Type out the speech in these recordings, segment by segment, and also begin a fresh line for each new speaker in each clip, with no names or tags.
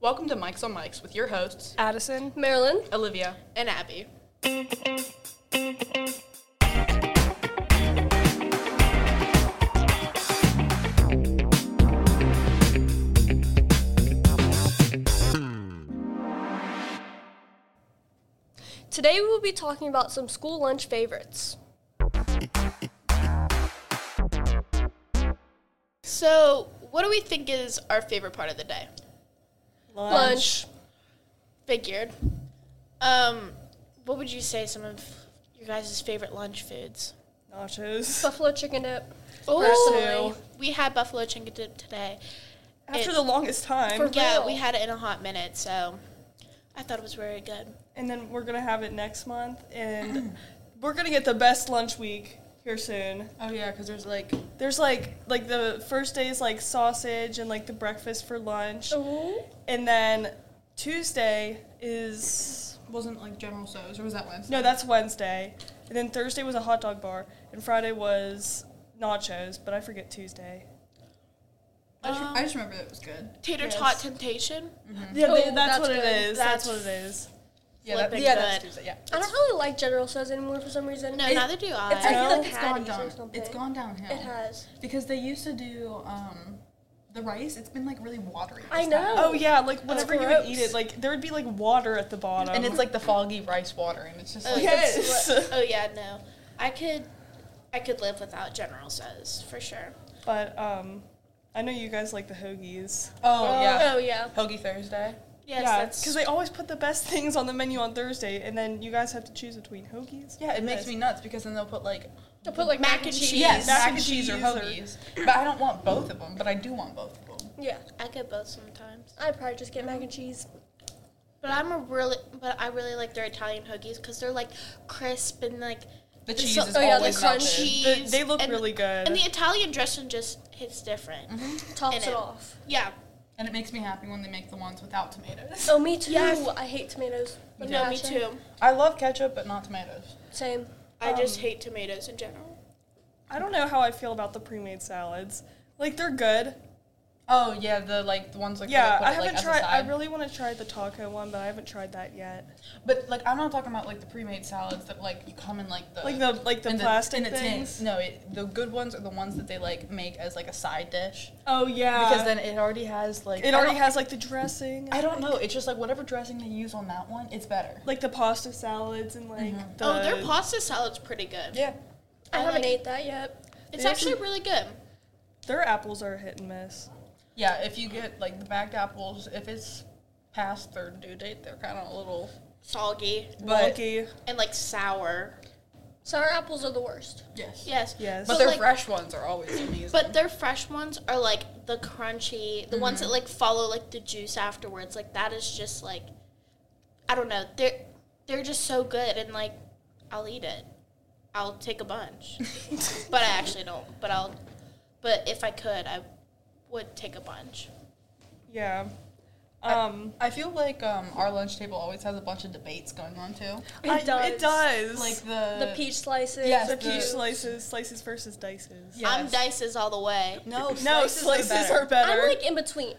Welcome to Mics on Mics with your hosts,
Addison.
Marilyn
Olivia.
and Abby. Today we will be talking about some school lunch favorites.
So, what do we think is our favorite part of the day?
Lunch.
Figured. Um, what would you say some of your guys' favorite lunch foods?
Nachos.
Buffalo chicken dip.
Oh, we had buffalo chicken dip today.
After
It-
the longest time.
For-
Yeah,
real?
we had it in a hot minute, so I thought it was very good.
and then we're going to have it next month. And we're going to get the best lunch week here soon.
Oh yeah, because there's like
There's like like the first day is like sausage and like the breakfast for lunch.
Oh.
And then Tuesday is
wasn't like General So's, or was that Wednesday?
no, that's Wednesday. And then Thursday was a hot dog bar and Friday was nachos, but I forget Tuesday.
I, just, I just remember that it was good.
Um, Tater
Yes.
tot temptation.
Mm-hmm.
Yeah,
Oh,
they- that's,
that's
what it
good.
is.
That's
That's, what it is.
Yeah, that,
Flipping
yeah, that's
good.
Tuesday. Yeah.
I don't really like General So's anymore for some reason.
No,
It-
neither do I.
I feel
No.
like it's gone
Patties or
down.
It's gone downhill.
It has.
Because they used to do um, the rice. It's been like really watery.
I
this time.
know.
Oh yeah, like whenever you would
gross.
eat it, like there would be like water at the bottom.
And it's like the foggy rice water, and it's just
Oh,
like
Yes.
that's what- oh yeah, no. I could I could live without General So's for sure.
but um, I know you guys like the hoagies.
oh
Oh yeah.
Hoagie Thursday.
Yes,
yeah,
that's
because they always put the best things on the menu on Thursday, and then you guys have to choose between hoagies.
Yeah, it makes
Yes.
me nuts because then they'll put like
To put like mac, and cheese.
yes,
Mac
mac
and
and cheese or
cheese or-
hoagies. But I don't want both of them. But I do want both of them.
Yeah.
I get both sometimes.
I'd probably just get mac and cheese.
But I'm a really but I really like their Italian hoagies because they're like crisp and like
The
the
cheese
so-
is
oh, yeah, the
always not
crunch.
good.
The-
cheese.
they look
and-
really good.
And the Italian dressing just hits different.
Mm-hmm.
Tops
And
it,
it-
off.
Yeah.
and it makes me happy when they make the ones without tomatoes.
Oh, me too.
Yes.
I hate tomatoes. with
No, me
passion.
too.
I love ketchup, but not tomatoes.
Same.
I just hate tomatoes in general.
I don't know how I feel about the pre-made salads. Like they're good.
Oh yeah, the like the ones like where they
yeah,
put it,
I
like,
haven't
as a
tried. I
side.
really want to try the taco one, but I haven't tried that yet.
But like I'm not talking about like the pre-made salads that like you come in like the
Like the like the
in
plastic
in the tin.
things.
No, it, the good ones are the ones that they like make as like a side dish
Oh yeah,
because then Uh, it already has like
it
I
already
don't-
has like the dressing.
I don't know. It's just like whatever dressing they use on that one, it's better.
like the pasta salads and like
Mm-hmm.
the
oh, their pasta salad's pretty good.
Yeah.
I,
I
haven't
like-
ate that yet.
It's
They
actually really good.
their apples are hit and miss.
Yeah, if you get like the bagged apples, if it's past their due date, they're kind of a little
Soggy
but
Wonky.
and like sour.
Sour apples are the worst.
yes.
Yes.
Yes.
But
But
their
like-
fresh ones are always amazing.
But their fresh ones are like the crunchy, the ones that
Mm-hmm.
like follow like the juice afterwards. Like that is just like, I don't know. They're they're just so good, and like I'll eat it. I'll take a bunch, but I actually don't. But I'll, but if I could, I would take a bunch.
Yeah. Um,
I feel like um, our lunch table always has a bunch of debates going on too.
It
I-
does.
It does.
Like
The
the
peach slices.
Uh, yes,
the
the-
peach slices, slices versus dices.
Yes.
I'm dices all the way.
No,
No, slices, are better.
I'm like in between.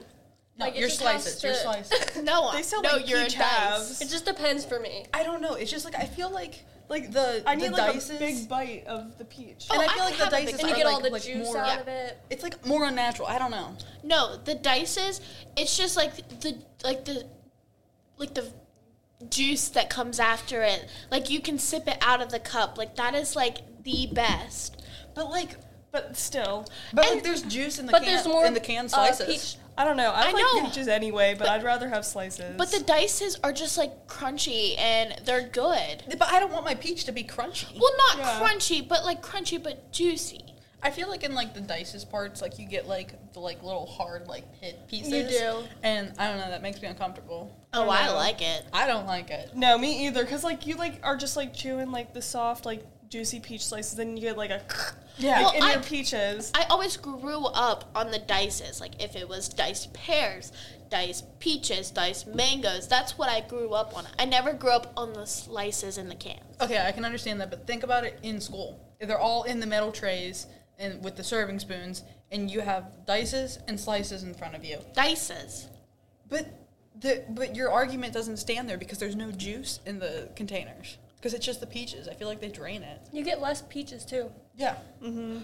No,
like, it
your
just has
slices, your
to-
slices.
No,
They
I-
sell,
no,
like,
you're a
peach
dice.
halves.
It just depends for me.
I don't know. It's just like I feel like like the
I need
the
like
dices,
a big bite of the peach.
Oh,
and I
I
feel like the
have a big
dices
And you
are
get
like,
all the
like
juice
more.
out
yeah.
of it.
It's like more unnatural. I don't know.
No, the dices. It's just like the like the like the juice that comes after it. Like you can sip it out of the cup. Like that is like the best.
But like,
But still,
but like, there's juice in the
But
can,
there's more
in the canned
uh,
slices.
peach.
I don't know. I,
I
like
know.
peaches anyway, but, I'd rather have slices.
But the dices are just like crunchy and they're good.
But I don't want my peach to be crunchy.
Well, not
Yeah.
crunchy, but like crunchy but juicy.
I feel like in like the dices parts, like you get like the like little hard like pit pieces.
do.
And I don't know. That makes me uncomfortable.
Oh, I
know.
like it.
I don't like it.
no, me either. Cause like you like are just like chewing like the soft like juicy peach slices, then you get like a
Yeah.
like,
Well,
in
I-
your peaches.
I always grew up on the dices. Like if it was diced pears, diced peaches, diced mangoes. That's what I grew up on. I never grew up on the slices in the can.
Okay, I can understand that, but think about it in school. They're all in the metal trays and with the serving spoons, and you have dices and slices in front of you.
Dices.
But The, but your argument doesn't stand there because there's no juice in the containers. Because it's just the peaches. I feel like they drain it.
You get less peaches too.
Yeah. Mm-hmm.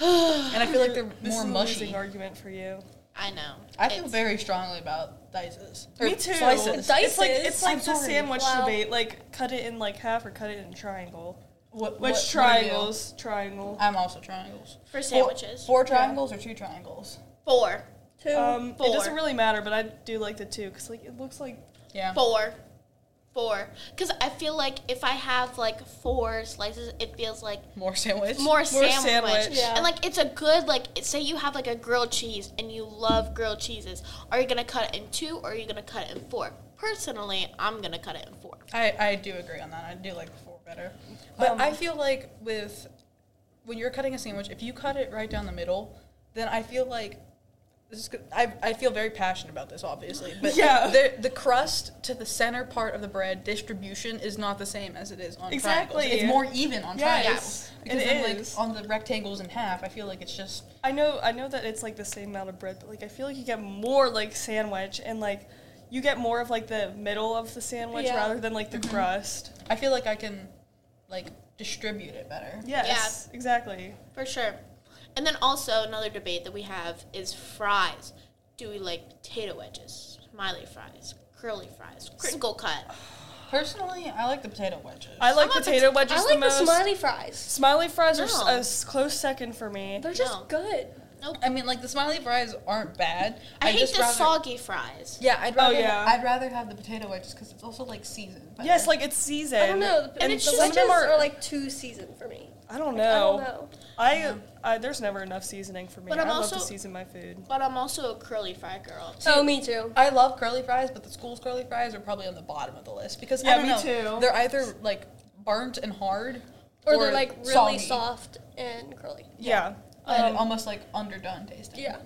and I feel like they're
This
more
is a
mushy.
losing argument for you.
I know.
I feel
It's-
very strongly about dices.
Me too.
Slices.
Dice-
It's like it's
Dices?
like
I'm
the
sorry.
sandwich
Wow.
debate. Like cut it in like half or cut it in triangle.
What- what-
Which
what do you-
triangles? Triangle.
I'm also triangles.
For sandwiches.
Four, four triangles or two triangles?
Four.
Two.
Um, it
Four.
doesn't really matter, but I do like the two because like it looks like
Yeah.
Four. Four. Because I feel like if I have like four slices, it feels like
More sandwich.
more, sandwich.
sandwich.
Yeah.
And like it's a good like say you have like a grilled cheese and you love grilled cheeses. Are you gonna cut it in two or are you gonna cut it in four? Personally, I'm gonna cut it in four.
I, I do agree on that. I do like the four better. But
Um,
I feel like with when you're cutting a sandwich, if you cut it right down the middle, then I feel like this is good. I, I feel very passionate about this, obviously. But
Yeah.
the, the crust to the center part of the bread distribution is not the same as it is on
Exactly.
triangles. It's more even on
Yes,
triangles.
it
Because then,
is.
like on the rectangles in half, I feel like it's just
I know I know that it's like the same amount of bread, but like I feel like you get more like sandwich and like you get more of like the middle of the sandwich
Yeah.
rather than like the crust.
I feel like I can like distribute it better.
Yes, exactly.
For sure. And then also another debate that we have is fries. Do we like potato wedges, smiley fries, curly fries, crinkle cut?
Personally, I like the potato wedges.
I like
I'm a
potato
pota-
wedges
I like
the
the
most.
smiley fries.
smiley fries are s-
No.
a s- close second for me.
They're just
No.
good.
I mean, like the smiley fries aren't bad.
I, hate
just
the
rather-
soggy fries.
Oh, Yeah, I'd rather.
yeah.
I'd rather have the potato wedges because it's also like seasoned. better.
Yes, like it's seasoned.
I don't know. The,
And
and
it's
the
just-
wedges
Some of
are,
them are-
like too seasoned for me.
I don't
I
know.
don't know.
I, I there's never enough seasoning for me.
But
I
I'm
love to
also-
season my food.
But I'm also a curly fry girl.
oh, me too.
I love curly fries, but the school's curly fries are probably on the bottom of the list because I
Yeah,
don't
me
know,
too.
They're either like burnt and hard,
Or, they're like really
soggy
soft and curly.
Yeah.
and
Um,
almost like underdone tasting.
Yeah.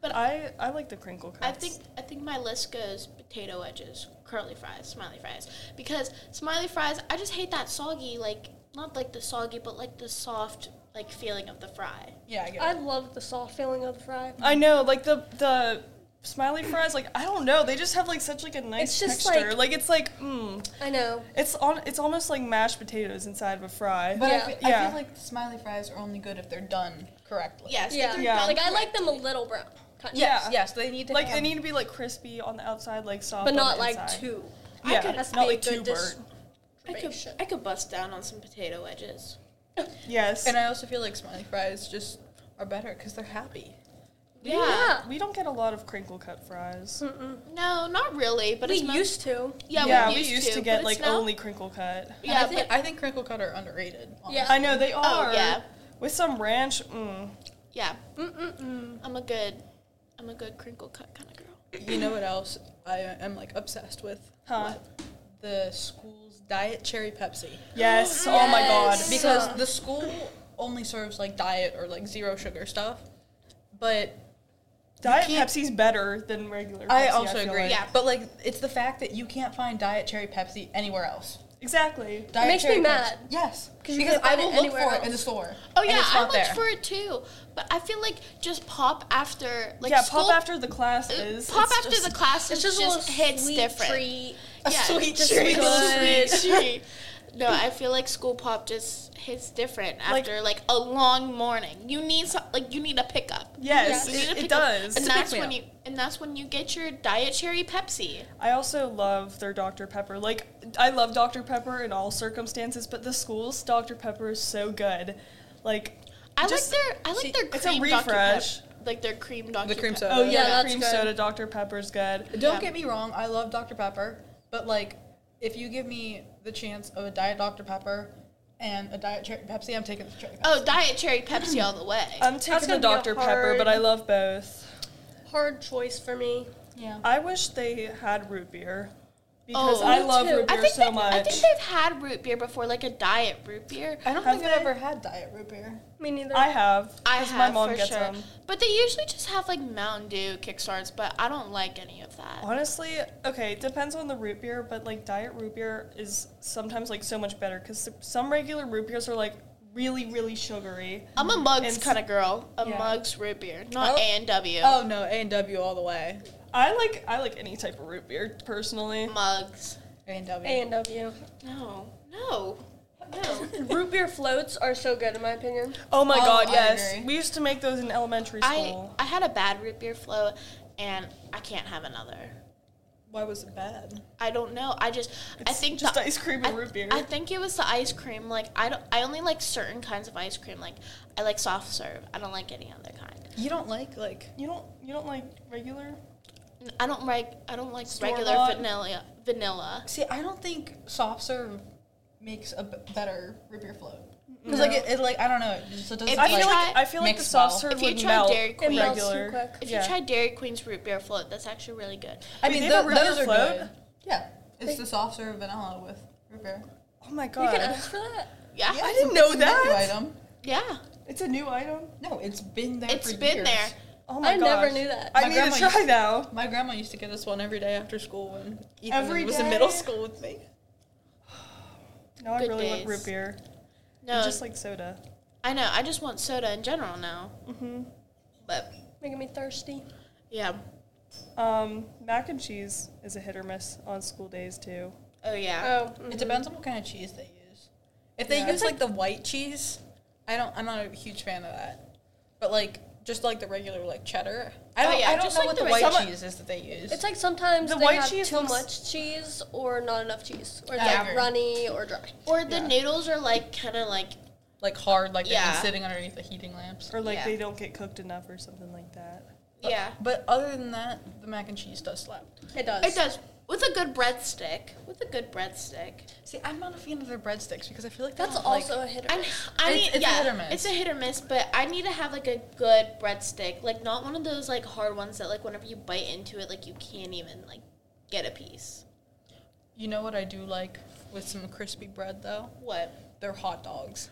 but I, I like the crinkle cuts.
I think I think my list goes potato wedges, curly fries, smiley fries. Because smiley fries, I just hate that soggy, like not like the soggy, but like the soft like feeling of the fry.
yeah, I get
I
it.
love the soft feeling of the fry.
I know, like the the smiley fries. Like I don't know, they just have like such like a nice
It's just,
texture. Like,
like-
it's like, mm,
I know.
it's on. It's almost like mashed potatoes inside of a fry.
But
Yeah.
I, feel, I
Yeah.
feel like the smiley fries are only good if they're done correctly.
Yes,
Yeah.
they're
Yeah.
done
Like I like
correctly.
them a little brown. Kind of.
Yes.
Yeah.
Yes. They need to
like
have-
they need to be like crispy on the outside, like soft,
But
on
not
the
like
inside.
too.
Yeah,
could-
That's
not
not
like
a
too
good
burnt.
I could,
distribution.
I could bust down on some potato wedges.
Yes,
And I also feel like smiley fries just are better because they're happy.
Yeah.
we don't get a lot of crinkle cut
Mm,
fries.
No, not really. But
But we
it's not-
used to.
Yeah,
yeah,
we used,
to,
but
get
it's
like
now-
only crinkle cut.
And I
Yeah,
think,
but
I think crinkle cut are underrated. honestly.
Yeah.
I know they are.
Oh, yeah.
with some ranch. Mm.
yeah. I'm a good, I'm a good crinkle cut kind of girl.
You know what else I am like obsessed with?
Huh.
What? The school's diet cherry Pepsi.
Yes. Oh my god.
Yes.
Because
Suck.
the school only serves like diet or like zero sugar stuff. But
Diet
can't-
Pepsi's better than regular. Pepsi,
I also
feel
agree.
like.
Yeah.
But like it's the fact that you can't find diet cherry Pepsi anywhere else.
Exactly.
Diet
makes me
cherry Pepsi-
mad.
Yes.
'Cause you
because
can't
I
find it
will look for
anywhere
it in the
else.
store.
Oh
and
yeah,
it's
I
not
looked
there.
for it too, but I feel like just pop after like
yeah,
school,
pop after the class
uh,
is.
pop
it's
after
just-
the class.
It's
It's
just,
just,
a little
hits
sweet
different.
treat.
A
Yeah,
sweet
just
treat.
sweet little
Good.
sweet treat. No, I feel like school pop just hits different
Like-
after like, a long morning. You need some, like you need a pickup.
Yes,
You need a
it, it
pickup,
does.
and
a pick
that's
me
when
up.
you and that's when you get your diet cherry Pepsi.
I also love their Dr. Pepper. Like, I love Dr. Pepper in all circumstances, but the school's Dr. Pepper is so good. Like,
I
Just-
like their I like
see,
their
it's a
cream
refresh.
Dr. Pep, like their cream Dr.
The cream
Pep-
soda.
oh yeah,
yeah, that's
cream
good.
soda Dr. Pepper's good.
Don't
Yeah.
get me wrong, I love Dr. Pepper, but like if you give me the chance of a diet Dr. Pepper and a diet cherry Pepsi, I'm taking the cherry Pepsi.
Oh, diet cherry Pepsi all the way.
I'm taking
gonna
the
be a
Dr. Pepper, but I
hard-
love both.
Hard choice for me.
yeah.
I wish they had root beer because
Oh,
I
me
love
too.
root
I
beer
think
so
they-
much. Uh,
I think they've had root beer before, like a diet root beer.
I don't
Have
think I've
they?
ever had diet root beer.
Me neither.
I have.
I
'cause
have
my mom
for
gets
sure.
them.
But they usually just have like Mountain Dew kickstarts, but I don't like any of that.
Honestly, okay, it depends on the root beer, but like diet root beer is sometimes like so much better because some regular root beers are like really, really sugary.
I'm a mugs
And-
kind of girl. A
Yeah.
mugs root beer, not
Oh.
A and W.
Oh no, A and W all the way.
I like I like any type of root beer personally.
Mugs.
A and W.
A and W.
No, no, no.
Root beer floats are so good in my opinion.
Oh my
Oh,
god,
I
yes.
agree.
We used to make those in elementary
I
school.
I had a bad root beer float, and I can't have another.
Why was it bad?
I don't know. I just I
It's
think
just
the-
ice cream and
I-
root beer.
I think it was the ice cream. Like I don't. I only like certain kinds of ice cream. Like I like soft serve. I don't like any other kind.
You don't like like
you don't you don't like regular?
N- I don't like I don't like regular
Store-bought?
vanilla vanilla.
See, I don't think soft serve makes a b- better root beer float. Because like it, it, like I don't know, it just it doesn't.
If
I
you
feel
like,
try-
like I feel like the
mixed
soft
well.
serve
If you
would
try
melt
Dairy
It
Queen,
melts
regular.
too quick.
If
Yeah.
you try Dairy Queen's root beer float, that's actually really good.
I
Wait,
mean,
they
tho-
have a root beer
those are
float?
good. Yeah, it's the soft serve vanilla with root beer.
Oh my
You
god.
can ask for that.
Yeah,
Yeah,
yeah.
I
it's
didn't
a-
know
it's a
that.
Menu item.
it's a new item.
No, it's been there.
It's
for
been
years.
there.
Oh my
I
god.
never knew that.
I
My
need
grandma
to try
used-
now.
My grandma used to get us one every day after school when Ethan
Every
was
day?
in middle school with me.
Now I
Good
really
days.
want root beer.
No,
I just like soda.
I know. I just want soda in general now.
Mhm.
But
Making me thirsty.
yeah.
Um, mac and cheese is a hit or miss on school days too.
Oh yeah.
Oh,
It
mhm.
depends on what kind of cheese they use. If they
Yeah.
use Mm-hmm. like the white cheese, I don't. I'm not a huge fan of that. But like just like the regular like cheddar, I
Oh,
don't.
yeah,
I don't
just
know
like
what the
the reg-
white
Some-
cheese is that they use.
It's like sometimes
The
they
white
have
cheese
too
looks-
much cheese or not enough cheese, or it's
I
like
agree.
runny or dry.
Or the
Yeah.
noodles are like kind of like
like hard, like they've
Yeah.
been sitting underneath the heating lamps.
Or like
Yeah.
they don't get cooked enough or something like that.
yeah.
But other than that, the mac and cheese does slap.
It does.
It does with a good breadstick. With a good breadstick.
See, I'm not a fan of their breadsticks because I feel like they
That's
don't, like-
also a hit or
I,
miss.
I
It's-
need,
it's a
yeah,
hit or miss.
It's a hit or miss, but I need to have like a good breadstick, like not one of those like hard ones that like whenever you bite into it, like you can't even like get a piece.
you know what I do like with some crispy bread though?
What?
They're hot dogs.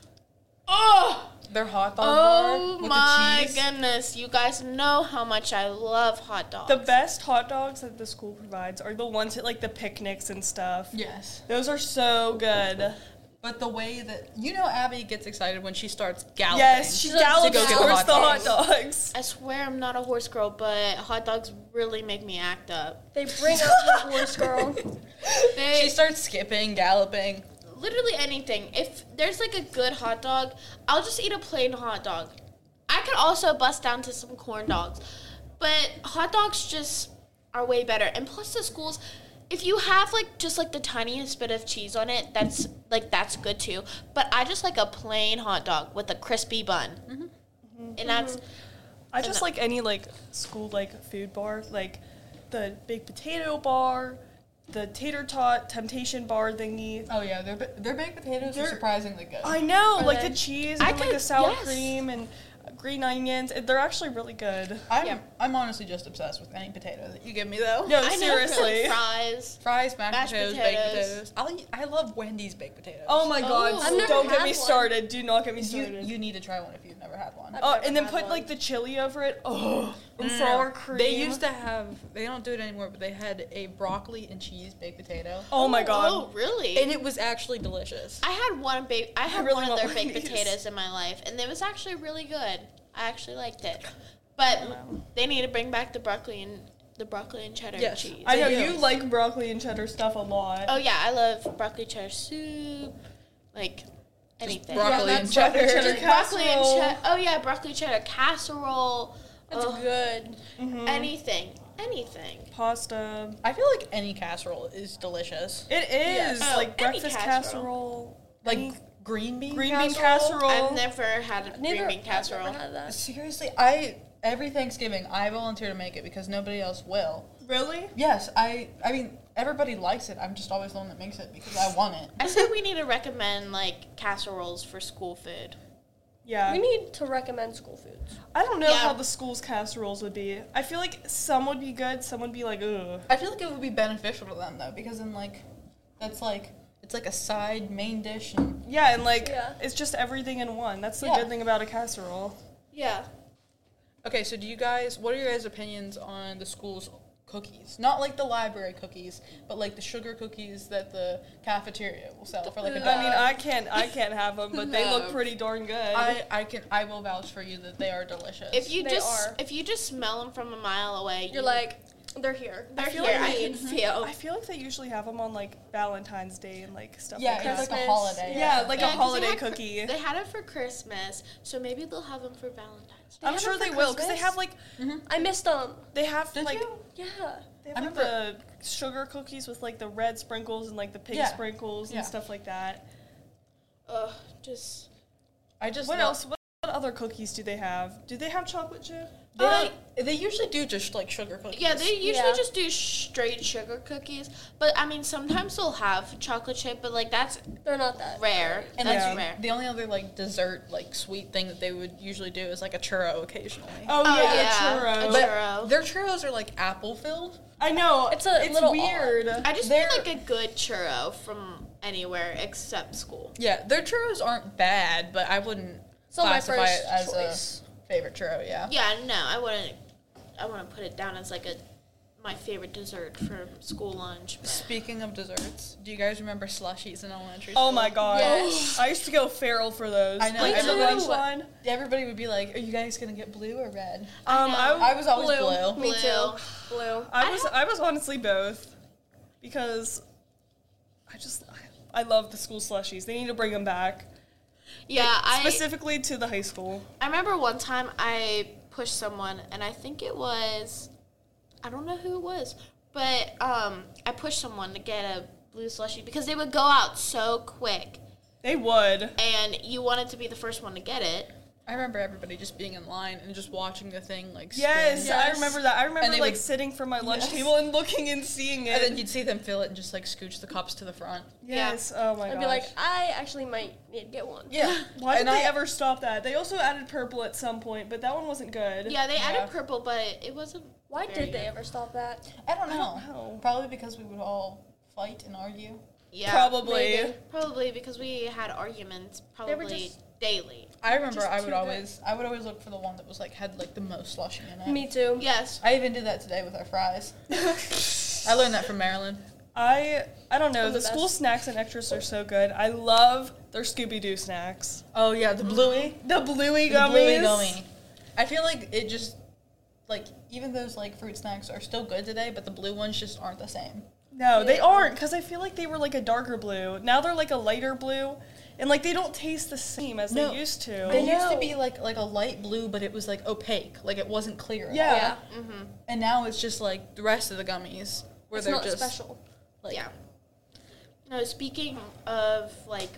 Oh,
They're hot dog bar
oh
with the
my
cheese.
goodness! You guys know how much I love hot dogs.
The best hot dogs that the school provides are the ones at like the picnics and stuff.
Yes.
Those are so good.
But the way that you know Abby gets excited when she starts galloping.
Yes, she
So it's
gallops
to go get the
towards
hot
the hot dogs.
I swear I'm not a horse girl, but hot dogs really make me act up.
They bring up the horse girl.
she
They
starts skipping, galloping.
literally anything. If there's like a good hot dog, I'll just eat a plain hot dog. I could also bust down to some corn dogs, but hot dogs just are way better. And plus, the schools, if you have like just like the tiniest bit of cheese on it, that's like that's good too. But I just like a plain hot dog with a crispy bun,
Mm-hmm.
and that's
I just like any like school like food bar, like the baked potato bar, the tater tot temptation bar thingy.
Oh yeah, their ba- their baked potatoes
They're-
are surprisingly good.
I know,
Are
like
they-
the cheese and
I
like the
could-
sour
yes.
cream and green onions. and They're actually really good.
I'm
yeah.
I'm honestly just obsessed with any potato that you give me though.
No,
Oh, I know for, like,
seriously.
fries.
Fries, mashed,
Mashed
potatoes, baked
potatoes.
potatoes. I'll eat, I love Wendy's baked potatoes.
Oh my god!
I've never
Don't get
had
me
one.
started. Do not get me
you,
started.
you need to try one if you've never had one.
oh,
never
and then
had
put
one.
like the chili over it. Oh,
Mm.
and sour cream.
They used to have. They don't do it anymore, but they had a broccoli and cheese baked potato,
Oh my god!
Oh, really?
and it was actually delicious.
I had one ba- I had
really
one of
want
their
one
baked
of these.
potatoes in my life, and it was actually really good. I actually liked it, but they need to bring back the broccoli and the broccoli and cheddar
Yes.
cheese.
I
They
know
do.
you like broccoli and cheddar stuff a lot.
oh yeah, I love broccoli cheddar soup, like anything.
broccoli
Yeah, that's
and
broccoli
cheddar.
cheddar
broccoli and
casserole.
cheddar. Oh yeah, broccoli cheddar casserole.
That's
Ugh,
good.
Anything, anything.
Mm-hmm. pasta.
I feel like any casserole is delicious.
It is
Oh,
like
any
breakfast
casserole.
casserole,
Like
any
green bean.
green bean casserole.
I've never had a green
Neither
bean
I've
casserole.
never had that.
Seriously, I every Thanksgiving I volunteer to make it because nobody else will.
Really?
Yes, I. I mean, everybody likes it. I'm just always the one that makes it because I want it.
I said we need to recommend like casseroles for school food.
Yeah.
We need to recommend school foods.
I don't know
Yeah.
how the school's casseroles would be. I feel like some would be good, some would be like ugh.
I feel like it would be beneficial to them though because then like, that's like it's like a side main dish and
Yeah, and like
Yeah.
it's just everything in one. That's the
Yeah.
good thing about a casserole.
Yeah.
Okay, so do you guys? What are your guys' opinions on the school's cookies. Not like the library cookies, but like the sugar cookies that the cafeteria will sell for like a dollar.
I mean, I can't, I can't have them, but they look
No.
pretty darn good.
I, I can I will vouch for you that they are delicious.
If you
They
just
are.
if you just smell them from a mile away,
You're
you-
like, they're here.
they're
feel
here.
like
I
they-
can feel.
I feel like they usually have them on like Valentine's Day and like stuff.
yeah,
like
it's
that.
like a
Christmas.
holiday.
yeah, like
Yeah,
a
'cause they
holiday
had cr-
cookie.
They had it for Christmas, so maybe they'll have them for Valentine's. Day.
I'm
have
sure
'em
they
for
will because they
Christmas?
have like
I missed them.
they have
Did
like
you?
Yeah.
they have
I
like the sugar cookies with like the red sprinkles and like the pig
Yeah.
sprinkles and
Yeah.
stuff like that.
Ugh, just
I just
What
love-
else? What, what other cookies do they have? Do they have chocolate chip?
They,
Uh,
they usually do just like sugar cookies.
yeah. They usually
Yeah.
just do straight sugar cookies, but I mean sometimes they'll have chocolate chip, but like that's
They're not that.
rare.
and
that's
like,
rare.
the only other like dessert like sweet thing that they would usually do is like a churro occasionally.
Oh,
Oh,
yeah,
yeah,
churro.
a
but
churro.
their churros are like apple filled.
I know
It's a
it's
little
weird.
I just
they're-
feel like a good churro from anywhere except school.
Yeah, their churros aren't bad, but I wouldn't
So my
classify
first
it as
choice.
a favorite churro. Yeah.
Yeah, no, I wouldn't. I want to put it down as like a my favorite dessert from school lunch. but-
Speaking of desserts, do you guys remember slushies in elementary school?
Oh my god!
Yes.
I used to go feral for those.
I know,
Like,
Me
the
too.
lunch line.
Everybody would be like, "Are you guys gonna get blue or red?"
Um, I, w-
I was always blue. Oh
Me
Blue.
too. Blue.
I was I was honestly both because I just I love the school slushies. They need to bring them back
Yeah, I
specifically to the high school.
I remember one time I pushed someone, and I think it was I don't know who it was, but um, I pushed someone to get a blue slushie because they would go out so quick,
They would.
and you wanted to be the first one to get it.
I remember everybody just being in line and just watching the thing like. spin.
Yes, I
Yes.
remember that. I remember
they
like
would-
sitting from my lunch
Yes.
table and looking and seeing it.
And then you'd see them fill it and just like scooch the cups to the front.
yes. Oh my god.
I'd be like, I actually might need to get one.
Yeah.
why did
and
they
I-
ever stop that? They also added purple at some point, but that one wasn't good.
Yeah, they
Yeah.
added purple, but it wasn't.
Why
very
did they
good.
ever stop that?
I don't know.
know.
Probably because we would all fight and argue.
Yeah,
Probably.
Maybe.
probably because we had arguments
were
probably
just-
daily.
I remember
Just
I
too
would
good.
always I would always look for the one that was like had like the most slushy in it.
Me too.
Yes,
I even did that today with our fries. I learned that from Marilyn.
I I don't know.
I'm
The,
the
school
best.
snacks and extras are so good. I love their Scooby Doo snacks.
Oh yeah, the bluey.
The bluey
The
gummies.
bluey gummy. I feel like it just like even those like fruit snacks are still good today, but the blue ones just aren't the same.
No, they
Yeah.
aren't because I feel like they were like a darker blue. Now they're like a lighter blue, and like they don't taste the same as
No.
they used to.
They used to
know.
be like like a light blue, but it was like opaque, like it wasn't clear. at all.
yeah.
Yeah.
And now it's just like the rest of the gummies where
It's
they're
not
just
special.
like
yeah. No, speaking of like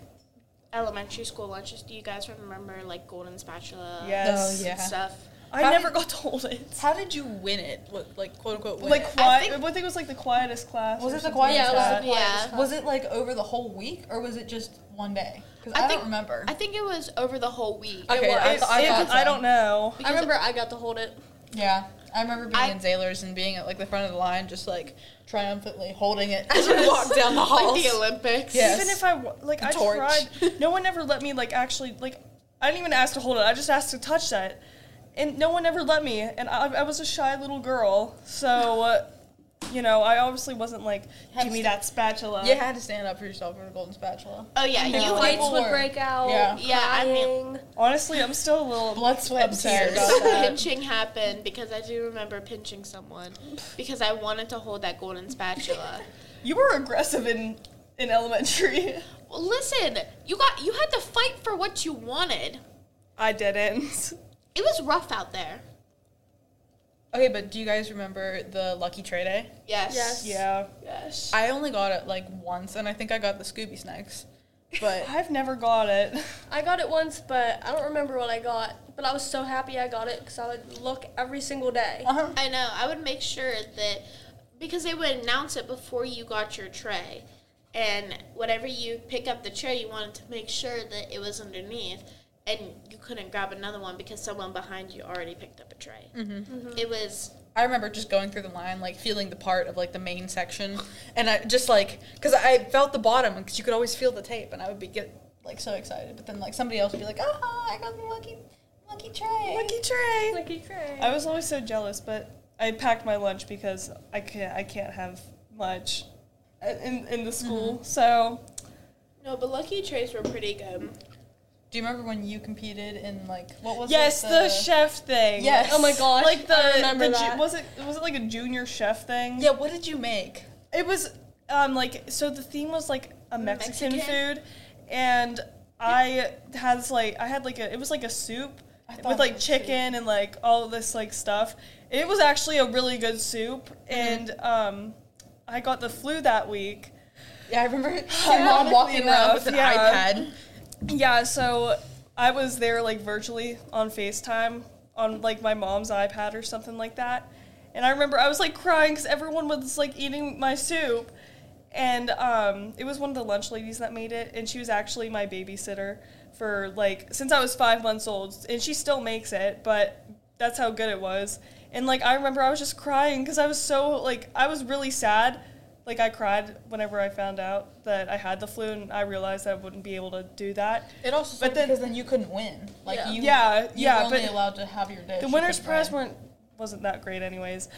elementary school lunches, do you guys remember like golden spatula?
Yes.
Oh, yeah.
and Stuff.
I
How
never
did-
got told it.
How did you win it? What, like quote unquote win
Like
it?
quiet. I think,
think-
it was like the quietest class.
Was
or
it the
something
quietest Yeah,
like
it was the
that.
quiet- Yeah.
Was it like over the whole week or was it just one day? Because I,
I
don't
think-
remember.
I think it was over the whole week.
Okay,
Well,
I,
it-
th- I
it-
thought so.
I don't know.
I remember I got to hold it.
Yeah, I remember being
I-
in Zaylor's and being at like the front of the line, just like triumphantly holding it as we walked down the hall.
Like the Olympics.
Yeah.
Even
Yes.
if I wa- like,
The
I
torch.
tried. No one ever let me like actually like. I didn't even ask to hold it. I just asked to touch that, and no one ever let me. And I, I was a shy little girl, so uh, you know I obviously wasn't like
Had
give
to
me
st-
that spatula.
You had to stand up for yourself with a golden spatula.
Oh yeah,
No.
you
People
Fights would
were-
break out.
Yeah.
Yeah, I mean-
crying.
Honestly, I'm still a little
Blood, sweat, and tears.
Upstairs.
About that.
pinching happened because I do remember pinching someone because I wanted to hold that golden spatula.
You were aggressive in in elementary.
well, listen, you got you had to fight for what you wanted.
I didn't.
It was rough out there.
Okay, but do you guys remember the Lucky Tray Day?
Yes.
Yes.
Yeah.
Yes.
I only got it like once, and I think I got the Scooby snacks. But
I've never got it.
I got it once, but I don't remember what I got. But I was so happy I got it because I would look every single day.
Uh-huh.
I know. I would make sure that because they would announce it before you got your tray, and whenever you pick up the tray, you wanted to make sure that it was underneath, and you couldn't grab another one because someone behind you already picked up a tray.
Mm-hmm.
It was
I remember just going through the line, like feeling the part of like the main section, and I just like because I felt the bottom because you could always feel the tape, and I would be get like so excited. But then like somebody else would be like, "Ah, I got the lucky, lucky tray."
Lucky tray.
Lucky Tray.
I was always so jealous, but I I packed my lunch because I can't I can't have much in in the school.
Mm-hmm.
So
No, but Lucky Trays were pretty good.
Do you remember when you competed in like what was
yes,
it?
the, chef thing.
Yes. Oh my
gosh,
Like the,
I remember
the ju-
that.
was it was it like a junior chef thing?
yeah. What did you make?
It was um like so the theme was like a Mexican,
Mexican?
food and I has like I had like a it was like a soup
I thought
with
it
like
was soup.
chicken and like all this like stuff. It was actually a really good soup
Mm-hmm.
and um I got the flu that week.
Yeah, I remember my mom walking
Ironically
around
enough,
with an
yeah.
iPad.
Yeah, so I was there like virtually on FaceTime on like my mom's iPad or something like that. And I remember I was like crying because everyone was like eating my soup. And um, it was one of the lunch ladies that made it. And she was actually my babysitter for like since I was five months old. And she still makes it, but that's how good it was. And like I remember I was just crying because I was so like, I was really sad like I cried whenever I found out that I had the flu, and I realized I wouldn't be able to do that.
It also
But
sucked
then-
because then you couldn't win. Like
Yeah.
you,
Yeah,
you
yeah,
were only
but
allowed to have your dish.
The
You
winner's
couldn't
prize
win.
weren't wasn't that great, anyways.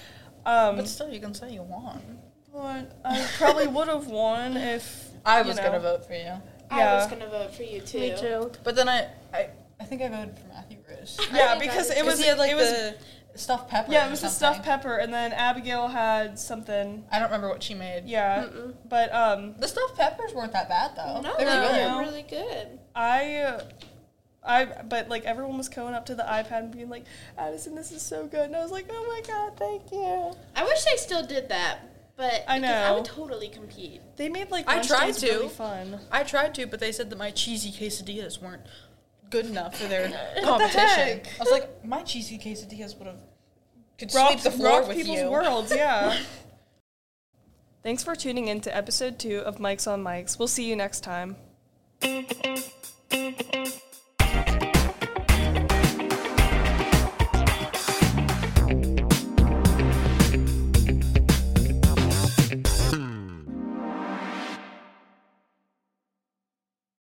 Um,
But still, you can say you won.
but I probably would have won if
I
you
was
know.
gonna vote for you,
I was
Yeah.
gonna vote for you too.
Me too.
but then I, I, I think I voted for Matthew Rose.
Yeah,
think I
because
was-
it was
he had like
it was
the stuffed pepper.
yeah
or
it was the
something.
stuffed pepper, and then Abigail had something.
I don't remember what she made.
Yeah, but um,
The stuffed peppers weren't that bad though.
No,
they were
no.
good.
Yeah.
really good.
I. I, but like everyone was going up to the iPad and being like, Addison, this is so good. And I was like, oh my God, thank you.
I wish they still did that, but
I
because I
know.
would totally compete.
They made like
I
lunch
tried
days
to.
really fun.
I tried to, but they said that my cheesy quesadillas weren't good enough for their competition.
heck?
I was like, my cheesy quesadillas would have could
rock,
sweep the floor
rock
with
people's
you.
worlds. Yeah. Thanks for tuning in to episode two of Mike's on Mike's. We'll see you next time.